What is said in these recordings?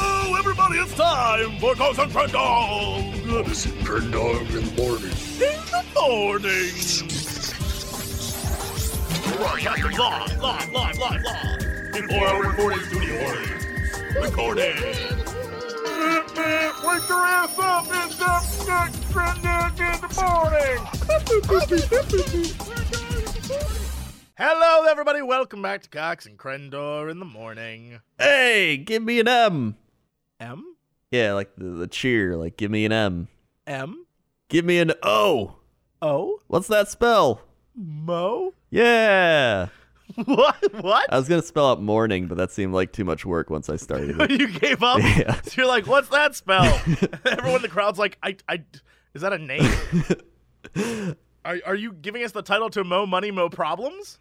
Everyone, it's time for Cousin Fred Dog. It's Fred Dog in the morning. In the morning. Live, live, live, live, live. Before our recording studio audience. Recording. Wake your ass up! It's up next Fred Dog in the morning. Hello, everybody. Welcome back to Cox and Crendor in the morning. Hey, give me an M. M? Yeah, like the, the cheer, like give me an M. M? Give me an O. O? What's that spell? Mo? Yeah. What? What? I was going to spell out morning, but that seemed like too much work once I started. it. you gave up? Uh, Yeah. So you're like, what's that spell? Everyone in the crowd's like, I, I, is that a name? are, are you giving us the title to Mo Money Mo Problems?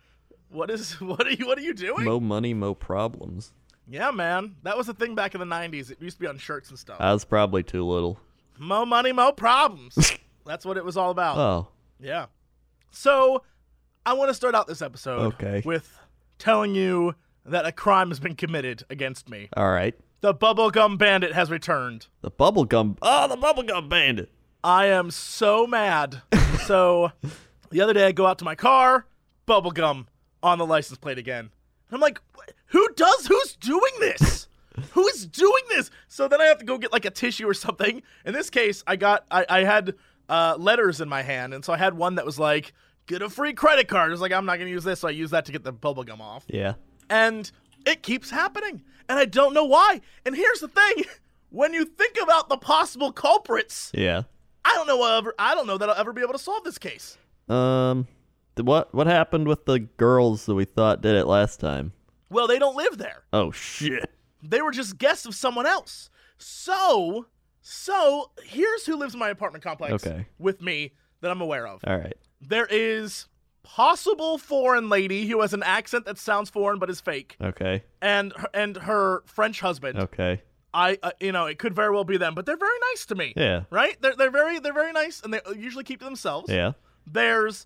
What is, what are you, what are you doing? Mo money, mo problems. Yeah, man. That was the thing back in the 90s. It used to be on shirts and stuff. I was probably too little. Mo Money Mo Problems. That's what it was all about. Oh, Yeah. So I want to start out this episode Okay. with telling you that a crime has been committed against me. all right. The bubblegum bandit has returned. The bubblegum. Oh, the bubblegum bandit. I am so mad. so the other day I go out to my car, bubblegum on the license plate again. I'm like, "Wh- who does who's doing this? who is doing this? So then I have to go get like a tissue or something. In this case, I got I, I had uh, letters in my hand, and so I had one that was like, get a free credit card. It was like, I'm not gonna use this, so I use that to get the bubblegum off Yeah. and it keeps happening and i don't know why and here's the thing when you think about the possible culprits Yeah. i don't know ever i don't know that i'll ever be able to solve this case Um, th- what what happened with the girls that we thought did it last time? well they don't live there Oh shit. they were just guests of someone else so so here's who lives in my apartment complex Okay. with me that i'm aware of All right. there is possible foreign lady who has an accent that sounds foreign but is fake Okay. and her, and her french husband Okay. I, uh, you know, it could very well be them, but they're very nice to me. Yeah. Right? They're they're very they're very nice, and they usually keep to themselves. Yeah. There's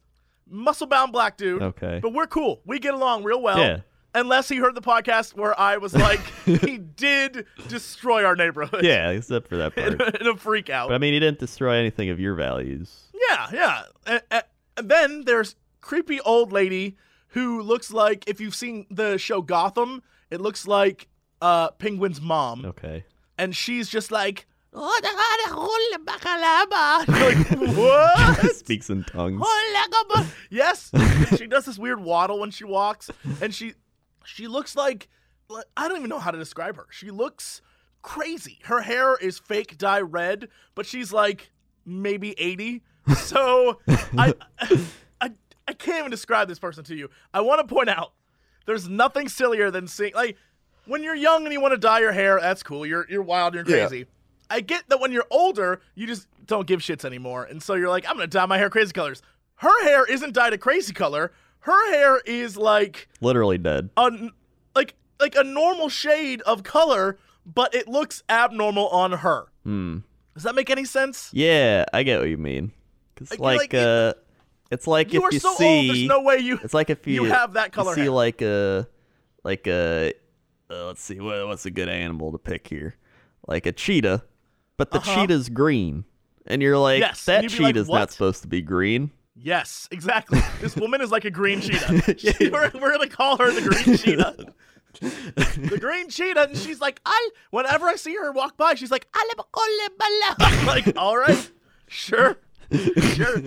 muscle bound black dude. Okay. But we're cool. We get along real well. Yeah. Unless he heard the podcast where I was like, he did destroy our neighborhood. Yeah, except for that part. In a, in a freak out. But I mean, he didn't destroy anything of your values. Yeah, yeah. And, and- and then there's creepy old lady who looks like if you've seen the show Gotham, it looks like uh, Penguin's mom. Okay. and she's just like, "Oh, the God, hola, bacalaba." You're like, what? Speaks in tongues. Hola, gaba- yes, And she does this weird waddle when she walks, and she she looks like like- I don't even know how to describe her. She looks crazy. Her hair is fake dye red, but she's like maybe eighty. So I, I I can't even describe this person to you. I want to point out there's nothing sillier than seeing like when you're young and you want to dye your hair, that's cool. You're you're wild, you're Yeah. crazy. I get that when you're older, you just don't give shits anymore. And so you're like, I'm gonna dye my hair crazy colors. Her hair isn't dyed a crazy color. Her hair is like Literally dead. a like like a normal shade of color, but it looks abnormal on her. Hmm. Does that make any sense? Yeah, I get what you mean. Cause Like, you're like, like, you- uh, it's like you if are you so old. see, There's no way you it's like if you, you have that you color see hair. like a, like a, uh, let's see, what, what's a good animal to pick here? Like a cheetah, but the Uh-huh. cheetah's green, and you're like, Yes, and that you'd be like, cheetah's "What?" not supposed to be green. Yes, exactly. This woman is like a green cheetah. She- we're we're going to call her the green cheetah. The green cheetah, and she's like, I. Whenever I see her walk by, she's like, "Alabacolabala." I'm like, all right, sure, sure.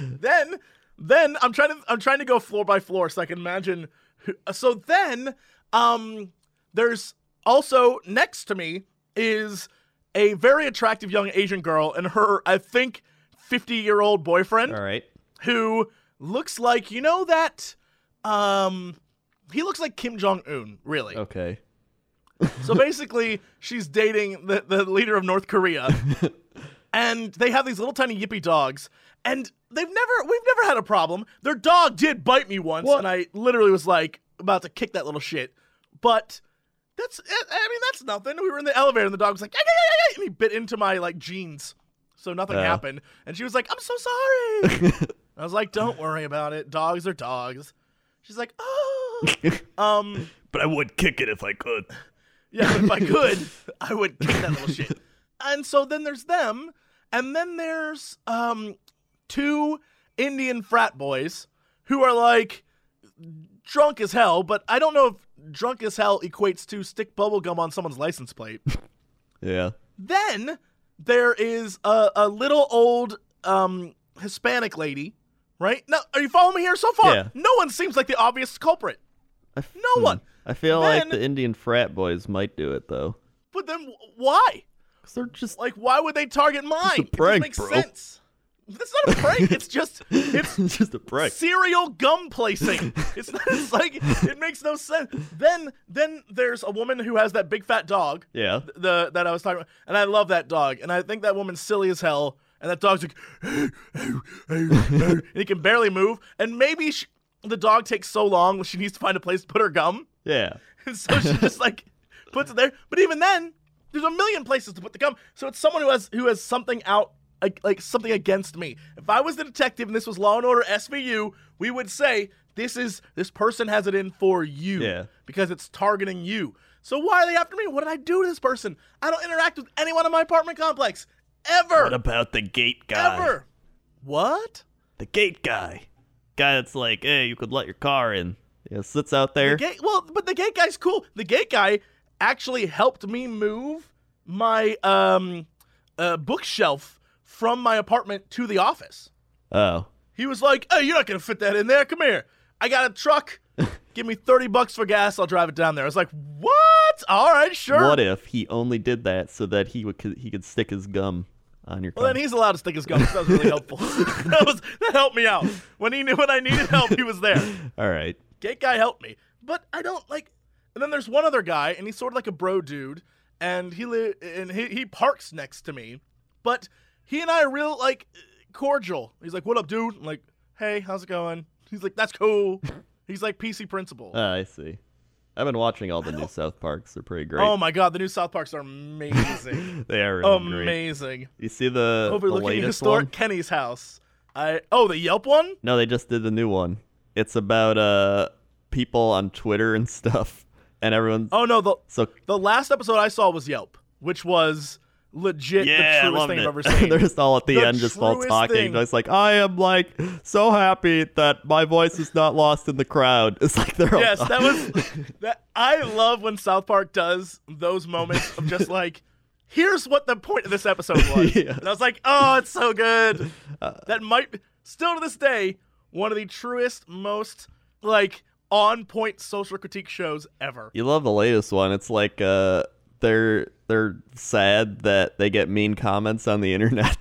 Then, then I'm trying to I'm trying to go floor by floor so I can imagine. Who, uh, so then, um, there's also next to me is a very attractive young Asian girl and her I think 50 year old boyfriend All right. who looks like you know that um he looks like Kim Jong Un, really. Okay. So basically, she's dating the, the leader of North Korea, and they have these little tiny yippy dogs, and they've never we've never had a problem. Their dog did bite me once, What? and I literally was like about to kick that little shit, but. That's I I mean that's nothing. We were in the elevator and the dog was like "Ay, ay, ay, ay," and he bit into my like jeans, so nothing Oh. happened. And she was like, "I'm so sorry." I was like, "Don't worry about it. Dogs are dogs." She's like, "Oh." Um, But I would kick it if I could. Yeah, but if I could, I would kick that little shit. And so then there's them, and then there's um two Indian frat boys who are like drunk as hell, but I don't know if drunk as hell equates to stick bubble gum on someone's license plate. Yeah. then there is a, a little old um Hispanic lady, right? Now, are you following me here so far? Yeah. No one seems like the obvious culprit. I f- No one. I feel like Then- the Indian frat boys might do it though, But then wh- why? because they're just Like, why would they target mine? It just prank, makes bro. sense. That's not a prank. it's just it's just a prick. serial gum placing. It's not it's like it makes no sense. Then then there's a woman who has that big fat dog. Yeah. The that I was talking about, and I love that dog, and I think that woman's silly as hell, and that dog's like, and he can barely move, and maybe sh the dog takes so long when she needs to find a place to put her gum, Yeah. and so she just like puts it there. But even then, there's a million places to put the gum. So it's someone who has who has something out like, like something against me. If I was the detective and this was Law and Order SVU, we would say this is this person has it in for you. Yeah. Because it's targeting you. So why are they after me? What did I do to this person? I don't interact with anyone in my apartment complex ever. What about the gate guy? ever. What? The gate guy. Guy that's like, hey, you could let your car in. Yeah, sits out there. The gate. Well, but the gate guy's cool. The gate guy actually helped me move my um, uh, bookshelf from my apartment to the office. oh. He was like, "Hey, you're not gonna fit that in there. Come here. I got a truck. Give me thirty bucks for gas. I'll drive it down there." I was like, "What? All right, sure." What if he only did that so that he would he could stick his gum on your car? Well, then he's allowed to stick his gum. so That was really helpful. that was that helped me out when he knew when I needed help. He was there. All right. gate guy help me. But I don't like. And then there's one other guy, and he's sort of like a bro dude, and he li- and he, he parks next to me, but he and I are real like cordial. He's like, "What up, dude?" I'm like, "Hey, how's it going?" He's like, "That's cool." He's like PC principal. Ah, I see. I've been watching all the new South Parks. They're pretty great. Oh my god, the new South Parks are amazing, they are really um, great. amazing. You see the, the Overlooking latest historic one? Kenny's house. I oh the Yelp one. No, they just did the new one. It's about uh people on Twitter and stuff, and everyone's Oh no the so the last episode I saw was Yelp, which was legit yeah, the I truest loved thing it. I've ever seen. They're just all at the, The end, just all truest talking. thing. It's like I am like so happy that my voice is not lost in the crowd. It's like they're all yes, that was that. I love when South Park does those moments of just like, here's what the point of this episode was. Yeah. Uh, And I was like, oh, it's so good. that might still to this day one of the truest, most like on point social critique shows ever. You love the latest one. It's like uh, they're they're sad that they get mean comments on the internet,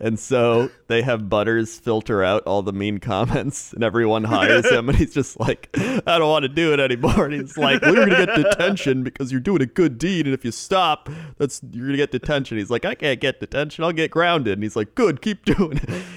and so they have Butters filter out all the mean comments, and everyone hires him, and he's just like, I don't want to do it anymore. And he's like, We're gonna get detention because you're doing a good deed, and if you stop, that's you're gonna get detention. He's like, I can't get detention. I'll get grounded. And he's like, Good, keep doing it.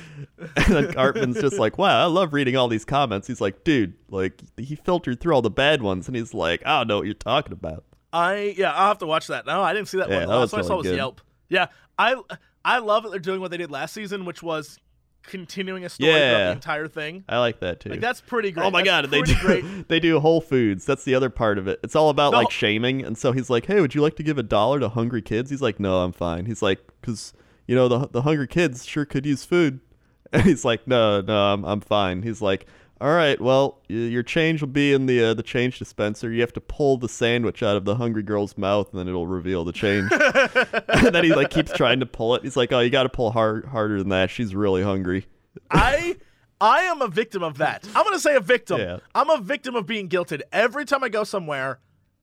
And then Cartman's just like, wow, I love reading all these comments. He's like, dude, like, he filtered through all the bad ones. And he's like, I don't know what you're talking about. I yeah, I'll have to watch that. No, I didn't see that Yeah, one. The that last was one I saw really was good. Yelp. Yeah, I I love that they're doing what they did last season, which was continuing a story throughout Yeah. the entire thing. I like that too. Like that's pretty great. oh my That's God. They pretty do, great. they do Whole Foods. That's the other part of it. It's all about No. like shaming. And so he's like, hey, would you like to give a dollar to hungry kids? He's like, no, I'm fine. He's like, because, you know, the, the hungry kids sure could use food. And he's like, no, no, I'm, I'm fine. He's like, all right, well, y- your change will be in the uh, the change dispenser. You have to pull the sandwich out of the hungry girl's mouth, and then it'll reveal the change. and then he like keeps trying to pull it. He's like, "Oh, you got to pull hard, harder than that. She's really hungry." I I am a victim of that. I'm gonna say a victim. Yeah. I'm a victim of being guilted every time I go somewhere.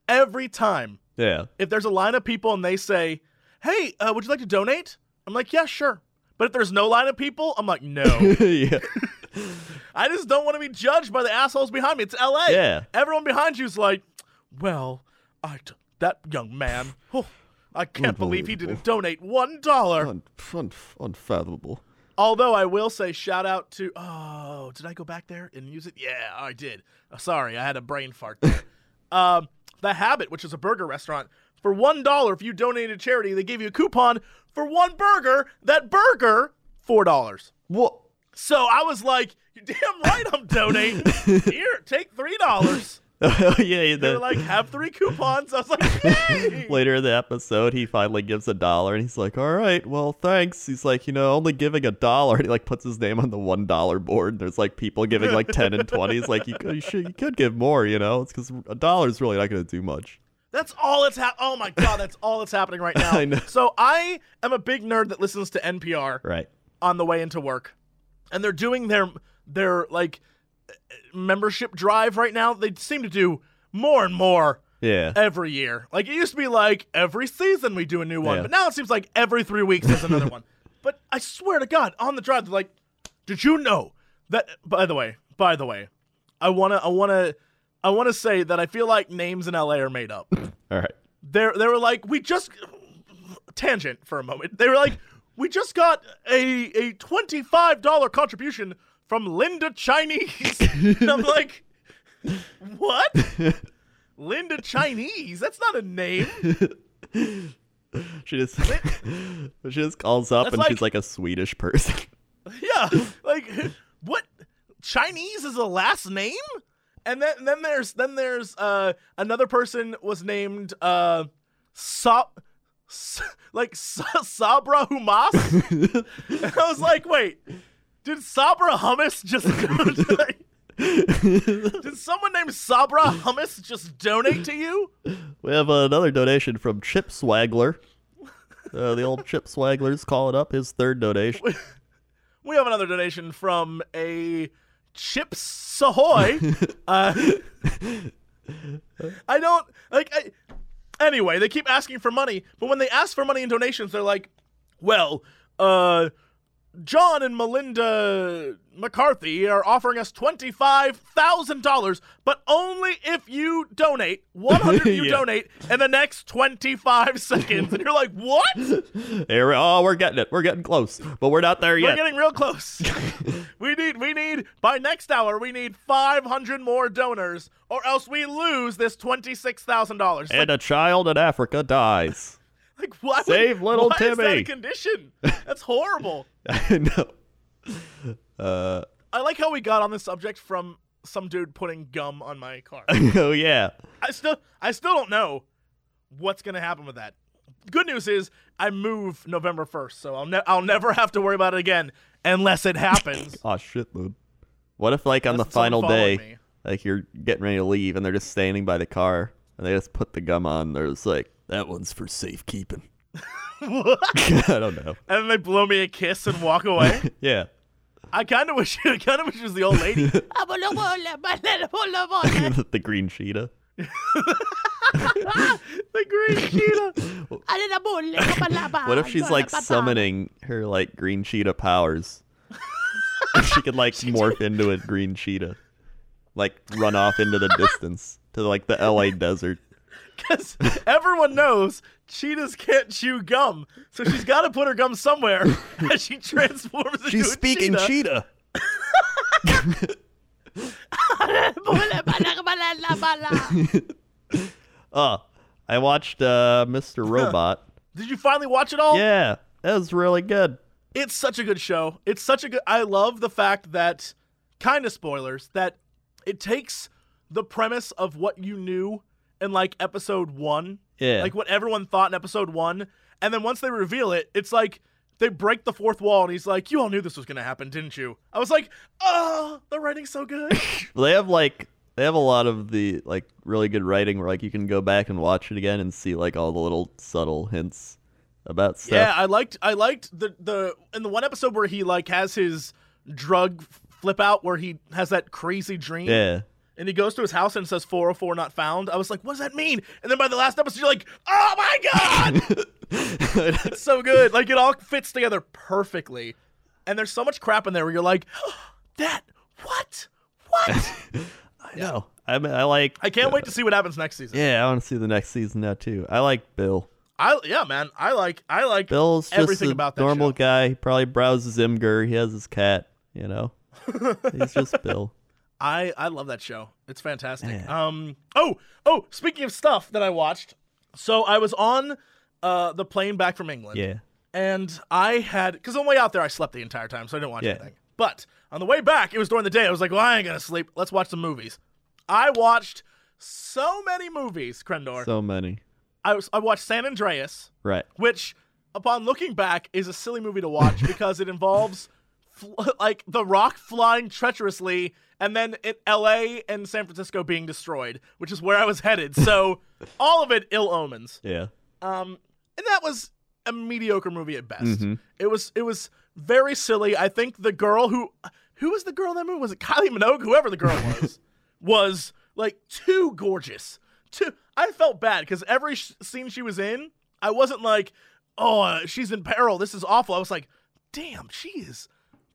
Every time, Yeah, if there's a line of people and they say, "Hey, uh, would you like to donate?" I'm like, "Yeah, sure." But if there's no line of people, I'm like, "No." yeah, I just don't want to be judged by the assholes behind me. It's L.A. Yeah. Everyone behind you's like, "Well, I d- that young man. oh, I can't believe he didn't donate one dollar." Un- un- unfathomable. Although I will say, shout out to. Oh, did I go back there and use it? Yeah, I did. Uh, Sorry, I had a brain fart. There. um, the Habit, which is a burger restaurant, for one dollar if you donated to charity, they gave you a coupon for one burger. That burger, four dollars. What? So I was like, "You're damn right, I'm donating. Here, take three dollars." oh yeah, They the, were like, have three coupons. I was like, yay! later in the episode, he finally gives a dollar, and he's like, "All right, well, thanks." He's like, "You know, only giving a dollar." And he like puts his name on the one dollar board. And there's like people giving like ten and twenties. Like you could, you, should, you could give more, you know? It's because a dollar is really not going to do much. That's all that's hap Oh my god, that's all that's happening right now. I know. So I am a big nerd that listens to NPR Right. on the way into work, and they're doing their their like membership drive right now. They seem to do more and more Yeah. every year. Like it used to be like every season we do a new one, Yeah. but now it seems like every three weeks there's another one. But I swear to God, on the drive, they're like, "Did you know that?" By the way, by the way, I wanna, I wanna, I wanna say that I feel like names in LA are made up. All right. they they were like, "We just tangent for a moment." They were like, "We just got a a twenty five dollar contribution from Linda Chinese," and I'm like, "What?" Linda Chinese? That's not a name. She just she just calls up That's and she's like- like a Swedish person. Yeah. Like what Chinese is a last name? And then then there's then there's uh another person was named uh Sa- S- like Sa- Sabra Humas. and I was like, "Wait. Did Sabra Hummus just Did someone named Sabra Hummus just donate to you? We have another donation from Chip Swagler. Uh, the old Chip Swagler's calling up his third donation. We have another donation from a Chips Sahoy. uh, I don't like. I, anyway, they keep asking for money, but when they ask for money in donations, they're like, "Well, uh, John and Melinda McCarthy are offering us twenty five thousand dollars, but only if you donate one hundred. You Yeah. donate in the next twenty five seconds." And you're like, "What?" Here, we- oh, we're getting it. We're getting close, but we're not there We're yet. getting real close. we need, we need, by next hour, we need 500 more donors, or else we lose this $26,000. It's Like, and a child in Africa dies. like, why would- save little why Is that a Timmy. condition? That's horrible. I know. Uh, I like how we got on this subject from some dude putting gum on my car. oh yeah. I still, I still don't know what's gonna happen with that. Good news is I move November 1st, so I'll, ne- I'll never have to worry about it again unless it happens. Oh shit, dude. What if like on the Unless someone final followed day, me. like you're getting ready to leave and they're just standing by the car and they just put the gum on. They're just like, that one's for safekeeping. I don't know. and then they blow me a kiss and walk away. Yeah. I kind of wish. I kind of wish it was the old lady. the green cheetah. the green cheetah. What if she's like summoning her like green cheetah powers? she could like morph into a green cheetah, like run off into the distance to like the LA desert. Because everyone knows cheetahs can't chew gum, so she's got to put her gum somewhere as she transforms into a cheetah. cheetah. Oh, I watched uh, Mr. Robot. Did you finally watch it all? Yeah, that was really good. It's such a good show. It's such a good. I love the fact that, kind of spoilers, that it takes the premise of what you knew in like episode one, Yeah. like what everyone thought in episode one, and then once they reveal it, it's like they break the fourth wall, and he's like, "You all knew this was gonna happen, didn't you?" I was like, "Oh, the writing's so good." They have like they have a lot of the like really good writing where like you can go back and watch it again and see like all the little subtle hints about stuff. Yeah, I liked I liked the the in the one episode where he like has his drug flip out where he has that crazy dream. Yeah. and he goes to his house and says 404 not found. I was like, what does that mean? And then by the last episode, you're like, oh my god, it's so good. Like it all fits together perfectly. And there's so much crap in there where you're like, that what what? I know. I mean, I like. I can't wait to see what happens next season. Yeah, I want to see the next season now too. I like Bill. I yeah man, I like I like Bill's just everything a about that normal show. guy. He probably browses Imgur. He has his cat. You know, he's just Bill. I I love that show. It's fantastic. Yeah. Um oh oh speaking of stuff that I watched, so I was on uh the plane back from England. Yeah. and I had because on the way out there I slept the entire time, so I didn't watch Yeah. anything. But on the way back, it was during the day. I was like, "Well, I ain't gonna sleep. Let's watch some movies." I watched so many movies, Krendor. So many. I was I watched San Andreas, Right. which upon looking back is a silly movie to watch because it involves fl- like the rock flying treacherously and then it LA and San Francisco being destroyed, which is where I was headed. So all of it ill omens. Yeah. Um, and that was a mediocre movie at best. Mhm. It was it was very silly. I think the girl who who was the girl in that movie was it Kylie Minogue, whoever the girl was, was like too gorgeous. Too. I felt bad because every sh- scene she was in, I wasn't like, oh, uh, she's in peril. This is awful. I was like, damn, she is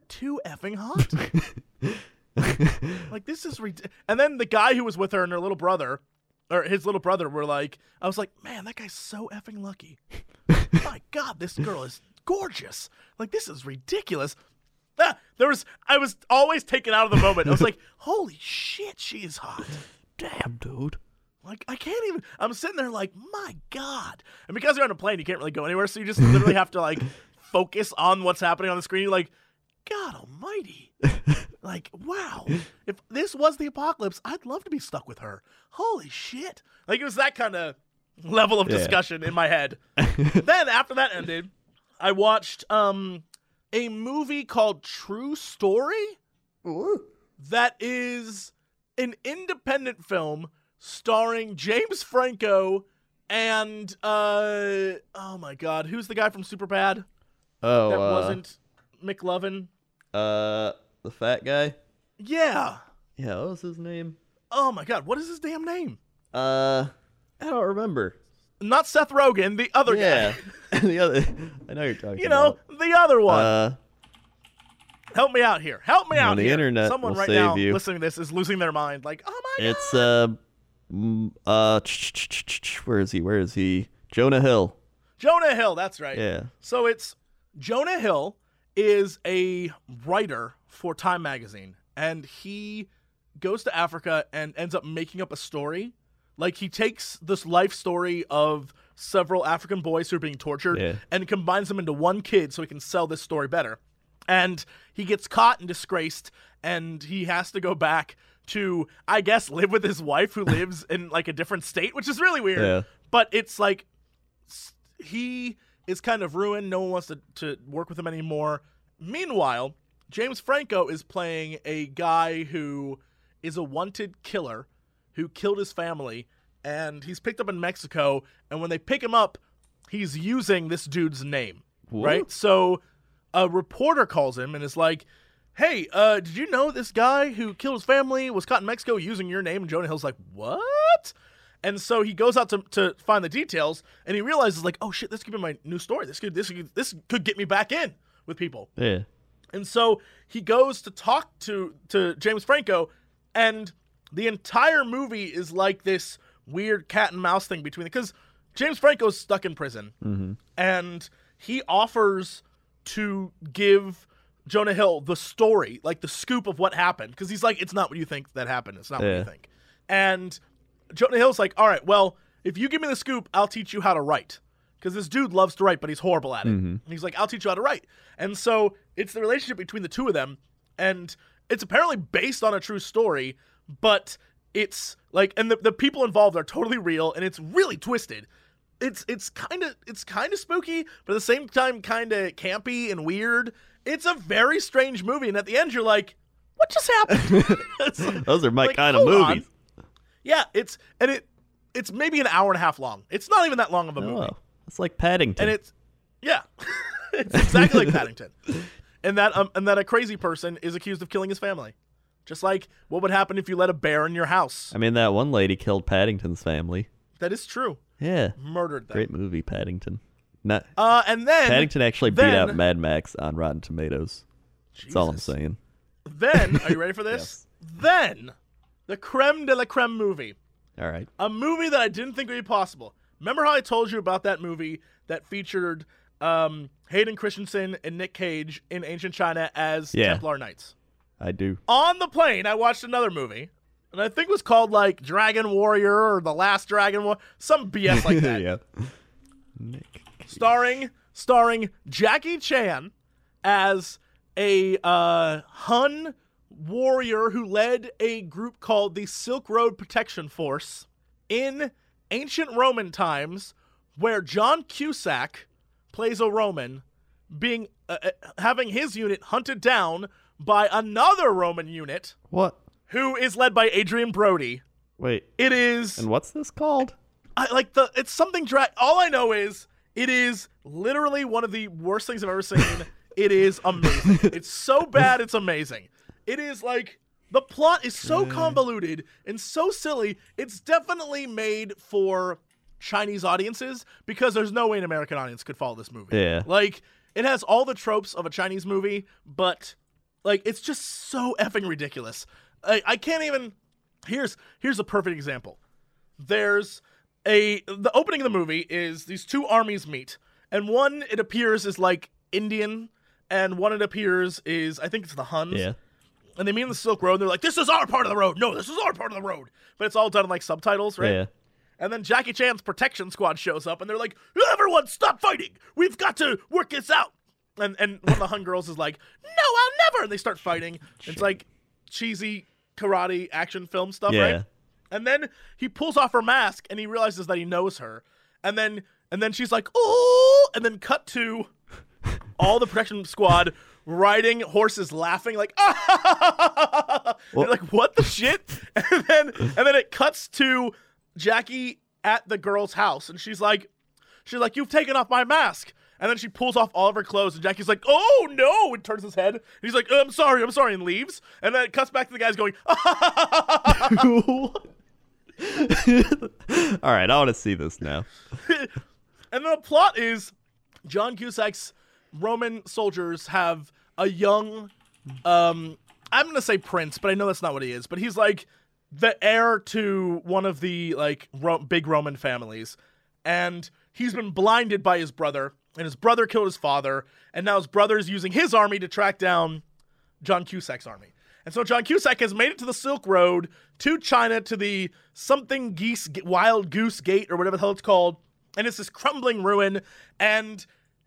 too effing hot. like this is ridiculous. And then the guy who was with her and her little brother, or his little brother, were like, I was like, man, that guy's so effing lucky. My God, this girl is gorgeous. Like this is ridiculous. Ah, there was, I was always taken out of the moment. I was like, holy shit, she is hot. Damn, dude. Like I can't even. I'm sitting there like, my God. And because you're on a plane, you can't really go anywhere, so you just literally have to like focus on what's happening on the screen. You're like, God Almighty. like wow, if this was the apocalypse, I'd love to be stuck with her. Holy shit! Like it was that kind of level of Yeah. discussion in my head. then after that ended, I watched um a movie called True Story that is an independent film starring James Franco and uh oh my god, who's the guy from Superbad Oh, that uh, wasn't McLovin? uh, the fat guy. Yeah. Yeah, what was his name? Oh my god, what is his damn name? Uh, I don't remember. Not Seth Rogen, the other Yeah, guy. the other. I know you're talking. You know, the other about. one. Uh, Help me out here. Help me on out the here. internet Someone will right save now you. listening to this is losing their mind. Like, oh my god. it's uh, mm, uh, ch- ch- ch- ch- ch- where is he? Where is he? Jonah Hill. Jonah Hill, that's right. Yeah. So it's Jonah Hill is a writer for Time magazine and he goes to Africa and ends up making up a story. Like he takes this life story of several African boys who are being tortured Yeah. and combines them into one kid so he can sell this story better. And he gets caught and disgraced and he has to go back to I guess live with his wife who lives in like a different state, which is really weird. Yeah. But it's like he is kind of ruined. No one wants to, to work with him anymore. Meanwhile, James Franco is playing a guy who is a wanted killer who killed his family, and he's picked up in Mexico. And when they pick him up, he's using this dude's name, right? So a reporter calls him and is like, "Hey, uh, did you know this guy who killed his family was caught in Mexico using your name?" And Jonah Hill's like, "What?" And so he goes out to, to find the details, and he realizes like, "Oh shit, this could be my new story. This could this could, this could get me back in with people." Yeah. And so he goes to talk to to James Franco, and the entire movie is like this weird cat and mouse thing between because James Franco's stuck in prison, and he offers to give Jonah Hill the story, like the scoop of what happened, because he's like, it's not what you think that happened. It's not what Yeah. you think. And Jonah Hill's like, all right, well, if you give me the scoop, I'll teach you how to write. Because this dude loves to write, but he's horrible at it. And he's like, I'll teach you how to write. And so it's the relationship between the two of them. And it's apparently based on a true story, but it's like, and the, the people involved are totally real and it's really twisted. It's it's kind of it's kind of spooky, but at the same time kind of campy and weird. It's a very strange movie, and at the end you're like, "What just happened?" It's like- Those are my like, kind of hold on. movies. yeah, it's and it it's maybe an hour and a half long. It's not even that long of a movie. Oh, it's like Paddington. And it's yeah. it's exactly like Paddington. And that um, and that a crazy person is accused of killing his family. Just like what would happen if you let a bear in your house. I mean, that one lady killed Paddington's family. That is true. Yeah. Murdered them. Great movie, Paddington. Not Uh and then Paddington actually beat out then- Mad Max on Rotten Tomatoes. That's all I'm Jesus. saying. Then are you ready for this? Then the creme de la creme movie. All right. a movie that I didn't think would be possible. Remember how I told you about that movie that featured um, Hayden Christensen and Nick Cage in ancient China as Yeah. Templar Knights? I do. On the plane, I watched another movie, and I think it was called like Dragon Warrior or The Last Dragon War, some BS like that. yeah. Nick. Starring starring Jackie Chan as a uh, Hun warrior who led a group called the Silk Road Protection Force in ancient Roman times, where John Cusack plays a Roman, being uh, uh, having his unit hunted down by another Roman unit What? who is led by Adrian Brody. Wait. It is And what's this called? I, like the it's something dra- all I know is it is literally one of the worst things I've ever seen. it is amazing. it's so bad it's amazing. It is like the plot is so convoluted and so silly. It's definitely made for Chinese audiences because there's no way an American audience could follow this movie. Yeah. Like it has all the tropes of a Chinese movie, but like it's just so effing ridiculous. I, I can't even Here's here's a perfect example there's a the opening of the movie is these two armies meet and one it appears is like indian and one it appears is i think it's the huns and they meet on the silk road and they're like this is our part of the road no this is our part of the road but it's all done in like subtitles right Yeah. and then jackie chan's protection squad shows up and they're like everyone stop fighting we've got to work this out and and one of the hun girls is like no i'll never and they start fighting it's like cheesy karate action film stuff Yeah. right and then he pulls off her mask and he realizes that he knows her. And then and then she's like, "Oh!" And then cut to all the protection squad riding horses laughing like ah! They're like what the shit? And then and then it cuts to Jackie at the girl's house and she's like she's like you've taken off my mask. And then she pulls off all of her clothes, and Jackie's like, "Oh no!" and turns his head. And he's like, "I'm sorry, I'm sorry," and leaves. And then it cuts back to the guys going, All right, I want to see this now. And the plot is John Cusack's Roman soldiers have a young um I'm gonna say prince, but I know that's not what he is, but he's like the heir to one of the like Ro- big Roman families. And he's been blinded by his brother, and his brother killed his father, and now his brother's using his army to track down John Cusack's army. And so John Cusack has made it to the Silk Road to China to the something geese wild goose gate or whatever the hell it's called. And it's this crumbling ruin. And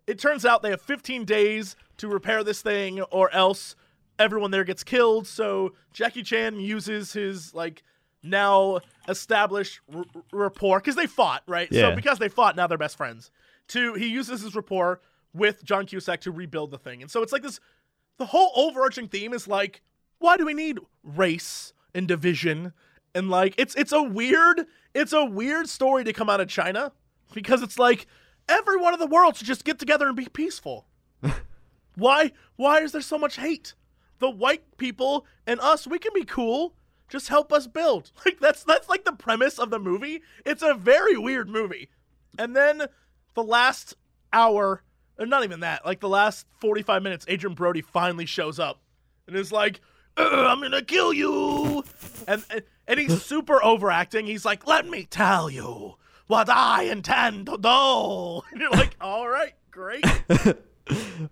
it turns out they have 15 days to repair this thing or else everyone there gets killed. So Jackie Chan uses his like now established r- r- rapport because they fought, right? Yeah. So because they fought, now they're best friends. To he uses his rapport with John Cusack to rebuild the thing. And so it's like this the whole overarching theme is like, why do we need race and division? And like, it's it's a weird it's a weird story to come out of China because it's like everyone in the world should just get together and be peaceful. why why is there so much hate? The white people and us, we can be cool. Just help us build. Like that's that's like the premise of the movie. It's a very weird movie. And then the last hour, or not even that, like the last 45 minutes, Adrian Brody finally shows up and is like, "Ugh, I'm gonna kill you. And, and, and he's super overacting. He's like, let me tell you what I intend to do. And you're like, all right, great.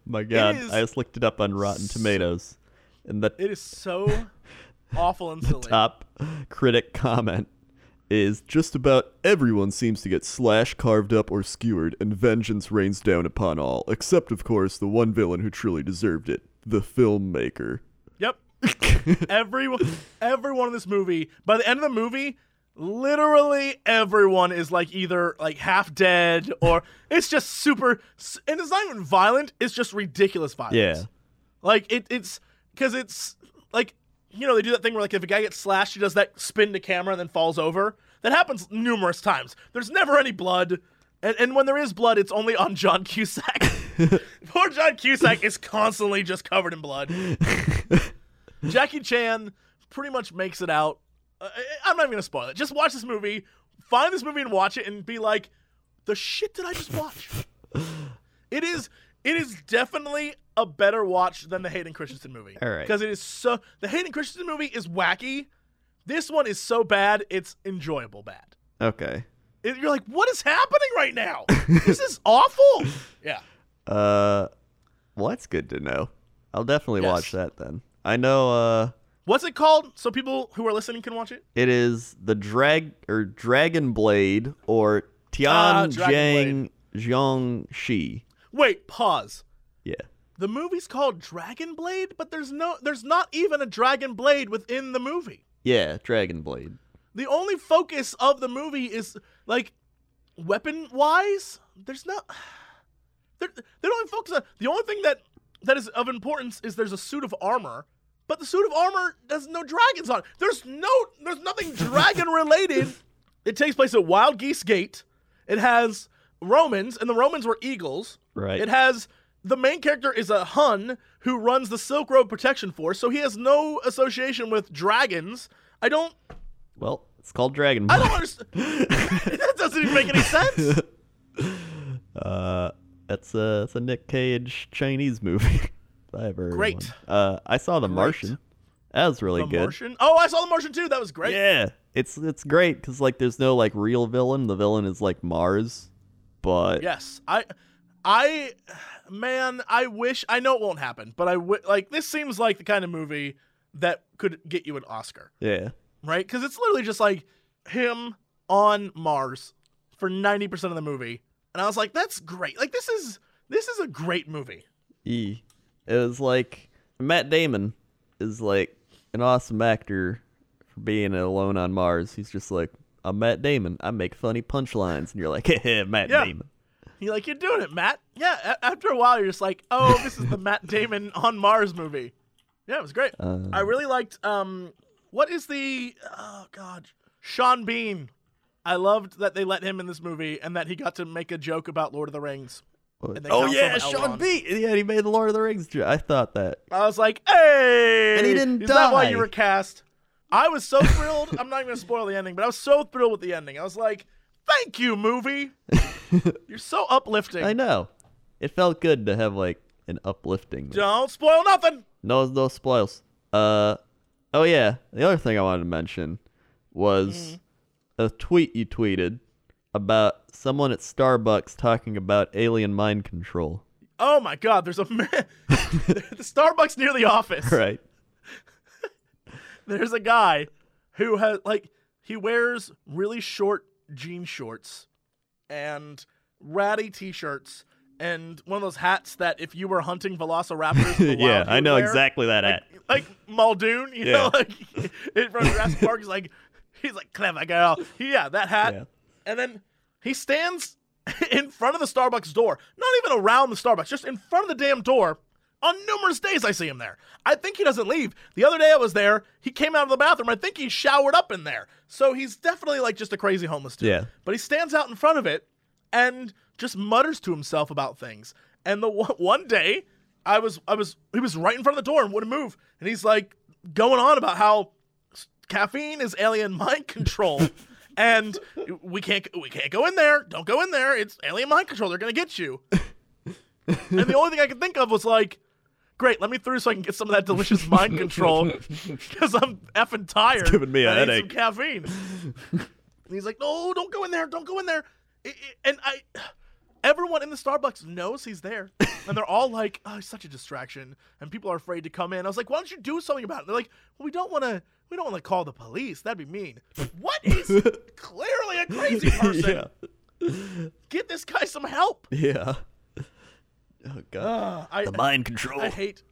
My God, is I just looked it up on Rotten Tomatoes, and the It is so awful and silly. top critic comment is just about everyone seems to get slashed, carved up, or skewered, and vengeance rains down upon all, except of course the one villain who truly deserved it, the filmmaker. Yep. everyone, everyone in this movie. By the end of the movie, literally everyone is like either like half dead or it's just super. And it's not even violent. It's just ridiculous violence. Yeah. Like it, it's because it's like you know they do that thing where like if a guy gets slashed, he does that spin to camera and then falls over. That happens numerous times. There's never any blood, and and when there is blood, it's only on John Cusack. Poor John Cusack is constantly just covered in blood. Jackie Chan pretty much makes it out. Uh, I- I'm not even gonna spoil it. Just watch this movie, find this movie and watch it, and be like, "The shit did I just watch?" it is. It is definitely a better watch than the Hayden Christensen movie. All right. because it is so. The Hayden Christensen movie is wacky. This one is so bad, it's enjoyable bad. Okay. It- you're like, what is happening right now? this is awful. Yeah. Uh, well, that's good to know. I'll definitely Yes. watch that then. I know. Uh, What's it called? So people who are listening can watch it. it is the drag or Dragon Blade or Ah, Tian Dragon Jiang Zhang Shi. Wait, pause. Yeah. the movie's called Dragon Blade, but there's no there's not even a Dragon Blade within the movie. Yeah, Dragon Blade. The only focus of the movie is like weapon wise, there's not they're, they don't even focus on the only thing that that is of importance is there's a suit of armor, but the suit of armor has no dragons on. it. There's no there's nothing dragon related. it takes place at Wild Geese Gate. It has Romans, and the Romans were eagles. Right. It has the main character is a Hun who runs the Silk Road Protection Force, so he has no association with dragons. I don't Well, it's called Dragon I Blade. don't understand. that doesn't even make any sense. Uh, that's a that's a Nick Cage Chinese movie. if I ever heard Great. one. Uh, I saw The Martian. That was really The good. Martian. Oh, I saw The Martian too. That was great. Yeah, it's it's great because like there's no like real villain. The villain is like Mars, but Yes, I, I, man, I wish. I know it won't happen, but I w- like this seems like the kind of movie that could get you an Oscar, yeah, right? Because it's literally just like him on Mars for ninety percent of the movie, and I was like, that's great. Like this is this is a great movie. E. It was like Matt Damon is like an awesome actor for being alone on Mars. He's just like I'm Matt Damon. I make funny punchlines, and you're like, hey, Matt Yeah. Damon. You're like, you're doing it, Matt. Yeah. A- after a while, you're just like, oh, this is the Matt Damon on Mars movie. Yeah, it was great. Uh. I really liked. Um, what is the? Oh God, Sean Bean. I loved that they let him in this movie and that he got to make a joke about Lord of the Rings. And they oh count yeah, someone Sean Elrond. B. Yeah, he made the Lord of the Rings. jo- I thought that. I was like, hey! And he didn't Is that why die. you were cast? I was so thrilled. I'm not even going to spoil the ending, but I was so thrilled with the ending. I was like, thank you, movie. You're so uplifting. I know. It felt good to have like an uplifting. Don't spoil nothing. No, no spoils. Uh, oh yeah. The other thing I wanted to Mm. mention was a tweet you tweeted about someone at Starbucks talking about alien mind control. Oh my God, there's a man. the Starbucks near the office. Right. There's a guy who has, like, he wears really short jean shorts and ratty t shirts and one of those hats that if you were hunting velociraptors, in the yeah, wild, you I would know wear. exactly that Like, at. like Muldoon, you Yeah. know, like in from Jurassic Park. He's like, he's like, clever girl. Yeah, that hat. Yeah. And then he stands in front of the Starbucks door, not even around the Starbucks, just in front of the damn door. On numerous days, I see him there. I think he doesn't leave. The other day I was there, he came out of the bathroom. I think he showered up in there. So he's definitely like just a crazy homeless dude. Yeah. But he stands out in front of it and just mutters to himself about things. And the one, one day, I was I was he was right in front of the door and wouldn't move, and he's like going on about how s- caffeine is alien mind control, and we can't we can't go in there. Don't go in there. It's alien mind control. They're gonna get you. and the only thing I could think of was like. Great, let me through so I can get some of that delicious mind control because I'm effing tired. giving me a I need headache. Some caffeine. And he's like, "No, don't go in there. Don't go in there." I- I- and I, everyone in the Starbucks knows he's there, and they're all like, "Oh, he's such a distraction," and people are afraid to come in. I was like, "Why don't you do something about it?" They're like, well, "We don't want to. We don't want to call the police. That'd be mean." What is clearly a crazy person? yeah. Get this guy some help. Yeah. Oh god. Uh, I, mind control. I hate.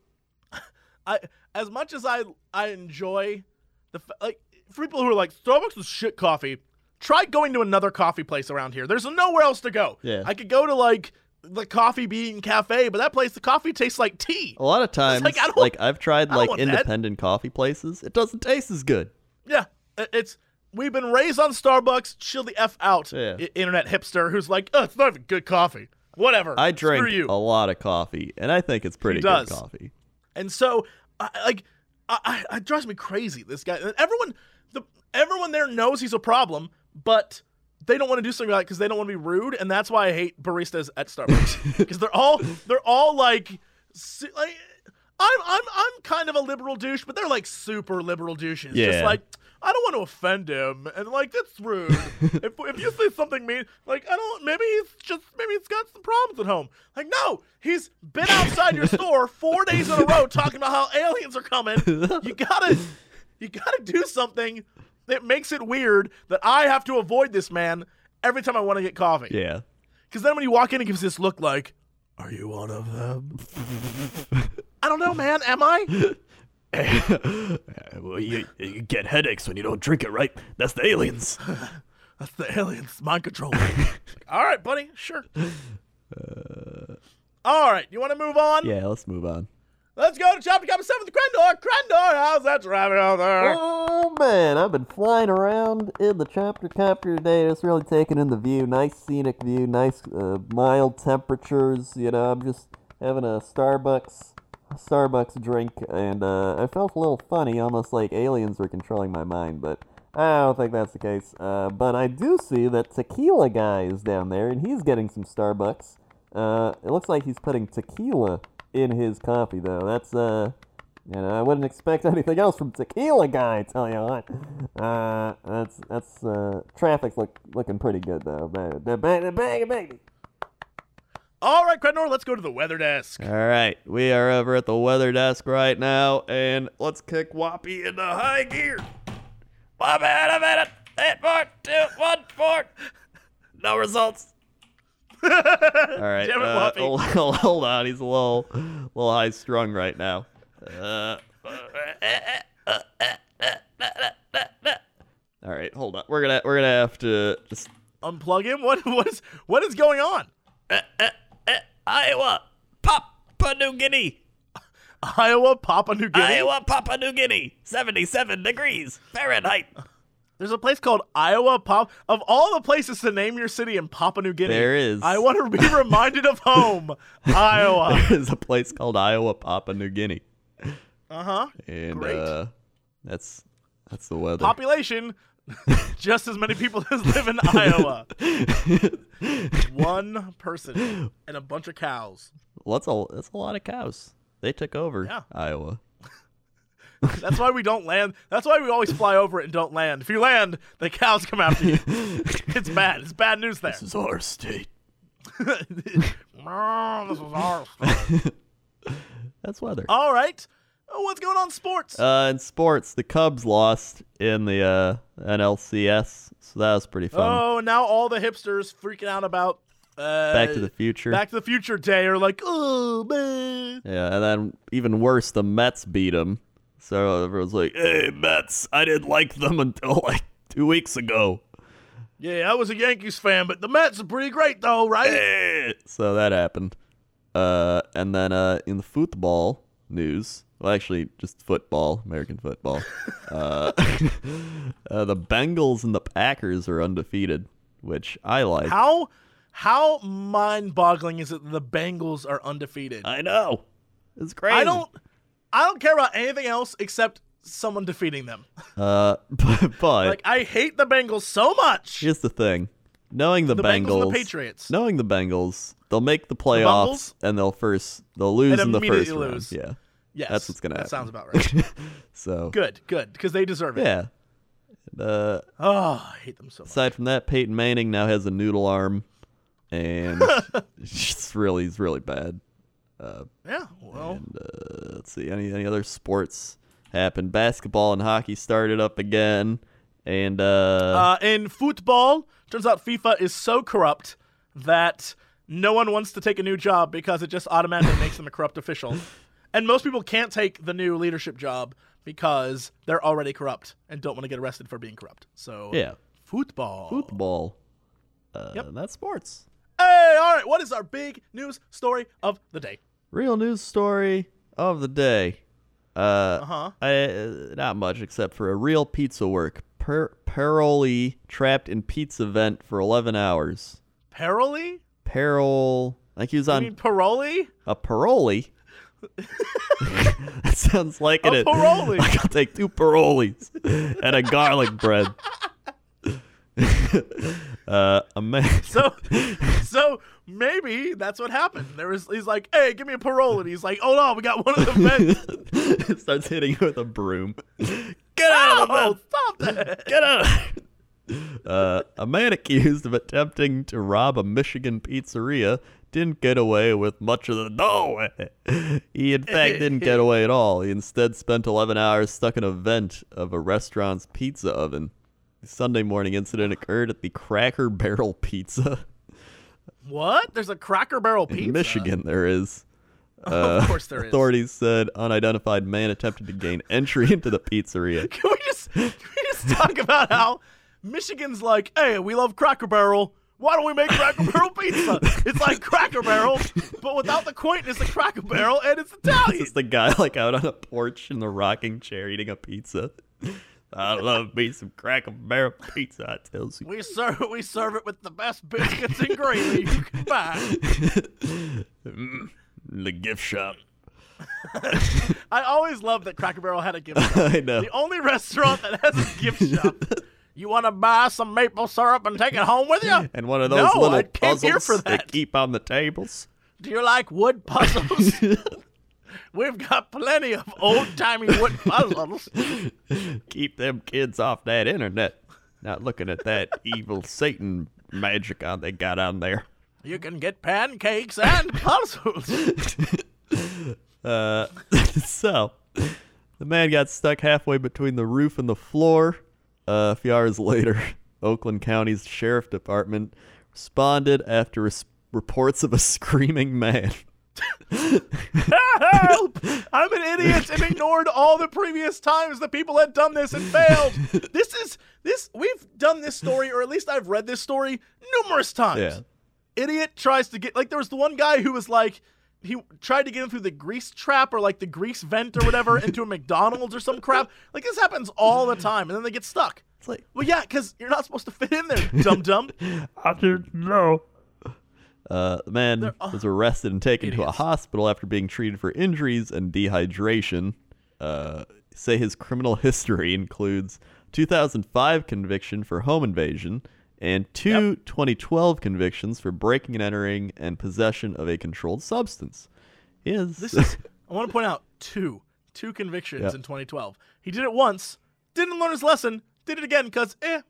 I as much as I I enjoy the f- like for people who are like Starbucks is shit coffee. Try going to another coffee place around here. There's nowhere else to go. Yeah. I could go to like the Coffee Bean Cafe, but that place the coffee tastes like tea. A lot of times, like, like, I don't- I've tried don't like want that. independent coffee places, it doesn't taste as good. Yeah, i- it's we've been raised on Starbucks. Chill the f out, Yeah. i- internet hipster who's like, oh, it's not even good coffee. Whatever. I Screw drink you. a lot of coffee, and I think it's pretty good does. coffee. And so, I, I- like, I, I, it drives me crazy. This guy, and everyone, the everyone there knows he's a problem, but they don't want to do something about it because they don't want to be rude, and that's why I hate baristas at Starbucks because they're all they're all like, su- like, I'm I'm I'm kind of a liberal douche, but they're like super liberal douches, just Yeah. like. I don't want to offend him, and like that's rude. if, if you say something mean, like I don't, maybe he's just maybe he's got some problems at home. Like no, he's been outside your store four days in a row talking about how aliens are coming. You gotta, you gotta do something that makes it weird that I have to avoid this man every time I want to get coffee. Yeah. Because then when you walk in, it gives this look like, Are you one of them? I don't know, man. Am I? Well, you, you get headaches when you don't drink it, right? That's the aliens. That's the aliens mind control. All right, buddy. Sure. All right. You want to move on? Yeah, let's move on. Let's go to chapter number seven. The Crendor. Crendor. How's that rabbit out there? Oh man, I've been flying around in the chopper copter today. Just really taking in the view. Nice scenic view. Nice uh, mild temperatures. You know, I'm just having a Starbucks Starbucks drink, and uh, I felt a little funny, almost like aliens were controlling my mind. But I don't think that's the case. Uh, but I do see that tequila guy is down there, and he's getting some Starbucks. Uh, it looks like he's putting tequila in his coffee, though. That's uh. You know, I wouldn't expect anything else from Tequila Guy. I Tell you what, uh, that's that's uh, traffic's look, looking pretty good though. Ba- da- ba- da- ba- baby. All right, Crendor. Let's go to the weather desk. All right, we are over at the weather desk right now, and let's kick Whoppy into high gear. One minute, a minute. Eight, four, two, one, four. No results. All right, Damn it, uh, Whoppy. hold, hold on, he's a little, little high strung right now. Uh, all right, hold on. We're gonna we're gonna have to just Unplug him. What? What is? What is going on? Eh, Iowa, Papua New Guinea. Iowa, Papua New Guinea. Iowa, Papua New Guinea. 77 degrees Fahrenheit. There's a place called Iowa Pop. Of all the places to name your city in Papua New Guinea, There is. I want to be reminded of home, Iowa. There's a place called Iowa Papua New Guinea, Uh huh. and Great. uh, that's that's the weather. Population, just as many people as live in Iowa. One person and a bunch of cows. Well, that's a that's a lot of cows. They took over Yeah. Iowa. That's why we don't land. That's why we always fly over it and don't land. If you land, the cows come after you. It's bad. It's bad news there. This is our state. Meow, this is our That's weather. All right. Oh, what's going on in sports? Uh, in sports, the Cubs lost in the uh, NLCS, so that was pretty fun. Oh, now all the hipsters freaking out about uh, Back to the Future. Back to the Future Day are like, oh man. yeah, and then even worse, the Mets beat them. So everyone's like, Hey, Mets, I didn't like them until like two weeks ago. Yeah, I was a Yankees fan, but the Mets are pretty great though, right? Eh. so that happened. Uh, and then uh, in the football news, well, actually, just football, American football. uh, uh, the Bengals and the Packers are undefeated, which I like. How how mind-boggling is it that the Bengals are undefeated? I know. It's crazy. I don't I don't care about anything else except someone defeating them. Uh, but, but Like I hate the Bengals so much. here's the thing: knowing the, The Bengals and the Bengals, Patriots. knowing the Bengals, they'll make the playoffs Bungles? and they'll first they'll lose And in the immediately first lose. round. yes. that's what's gonna That happen. sounds about right. Yeah. so good, good, because they deserve it. yeah. And, uh, Oh, I hate them so much. aside from that, Peyton Manning now has a noodle arm, and it's really he's really bad. Yeah. Well, Uh, let's see any any other sports happen. Basketball and hockey started up again, and uh, Uh, in football, turns out FIFA is so corrupt that no one wants to take a new job because it just automatically makes them a corrupt official. And most people can't take the new leadership job because they're already corrupt and don't want to get arrested for being corrupt. So, yeah, football. football. Uh, Yep. That's sports. Hey, all right, what is our big news story of the day? Real news story of the day. Uh, Uh-huh. I, uh, not much except for a real pizza work. Per- Paroli trapped in pizza vent for 11 hours. Parolee? Parol. Like he was I on mean, parolee? a parolee. that sounds like A it. parolee. Like I'll take two parolees and a garlic bread. uh, a man. So, so maybe that's what happened. There was, he's like, hey, give me a parole. And he's like, oh no, we got one of the men. starts hitting you with a broom. Get out of the oh, Mets. stop that. Get out of Uh, a man accused of attempting to rob a Michigan pizzeria didn't get away with much of the dough. he, in fact, didn't get away at all. He instead spent 11 hours stuck in a vent of a restaurant's pizza oven. The Sunday morning incident occurred at the Cracker Barrel Pizza What? There's a Cracker Barrel pizza. In Michigan, Uh, there is. of course there is. Authorities said unidentified man attempted to gain entry into the pizzeria. Can we just can we just talk about how Michigan's like, hey, we love Cracker Barrel. Why don't we make Cracker Barrel pizza? It's like Cracker Barrel, but without the quaintness of Cracker Barrel, and it's Italian. It's the guy like out on a porch in the rocking chair eating a pizza. I love me some Cracker Barrel pizza, I tells you. We serve we serve it with the best biscuits and gravy you can buy. The gift shop. I always love that Cracker Barrel had a gift shop. I know. The only restaurant that has a gift shop. You want to buy some maple syrup and take it home with you? And one of those no, little I came puzzles here for they that. keep on the tables. Do you like wood puzzles? We've got plenty of old timey wood puzzles. Keep them kids off that internet. Not looking at that evil Satan magic on they got on there. You can get pancakes and puzzles. Uh, so, the man got stuck halfway between the roof and the floor. Uh, a few hours later, Oakland County's Sheriff Department responded after res- reports of a screaming man. Help! I'm an idiot and ignored all the previous times the people had done this and failed. This is this we've done this story, or at least I've read this story numerous times. Yeah. Idiot tries to get like there was the one guy who was like he tried to get him through the grease trap or like the grease vent or whatever into a McDonald's or some crap. Like this happens all the time, and then they get stuck. It's like, Well, yeah, because you're not supposed to fit in there, dum dum. uh, the man was arrested and taken to a hospital after being treated for injuries and dehydration. Uh, say his criminal history includes 2005 conviction for home invasion and two 2012 convictions for breaking and entering and possession of a controlled substance. He is This is I want to point out two two convictions Yeah. in 2012. He did it once, didn't learn his lesson, did it again because eh,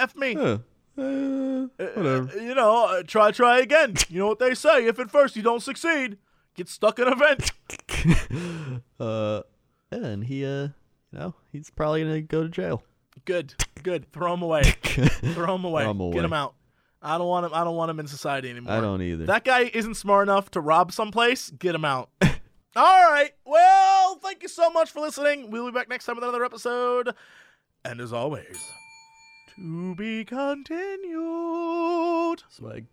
f me. Huh. Uh, whatever. You know, uh, try try again. You know what they say: if at first you don't succeed, get stuck in a vent. uh, Uh, and he, uh, you know, he's probably gonna go to jail. Good, good. Throw him away. Throw him away. Throw 'em Get him away. out. I don't want him. I don't want him in society anymore. I don't either. That guy isn't smart enough to rob someplace. Get him out. All right. Well, thank you so much for listening. We'll be back next time with another episode. And as always, to be continued. Swag.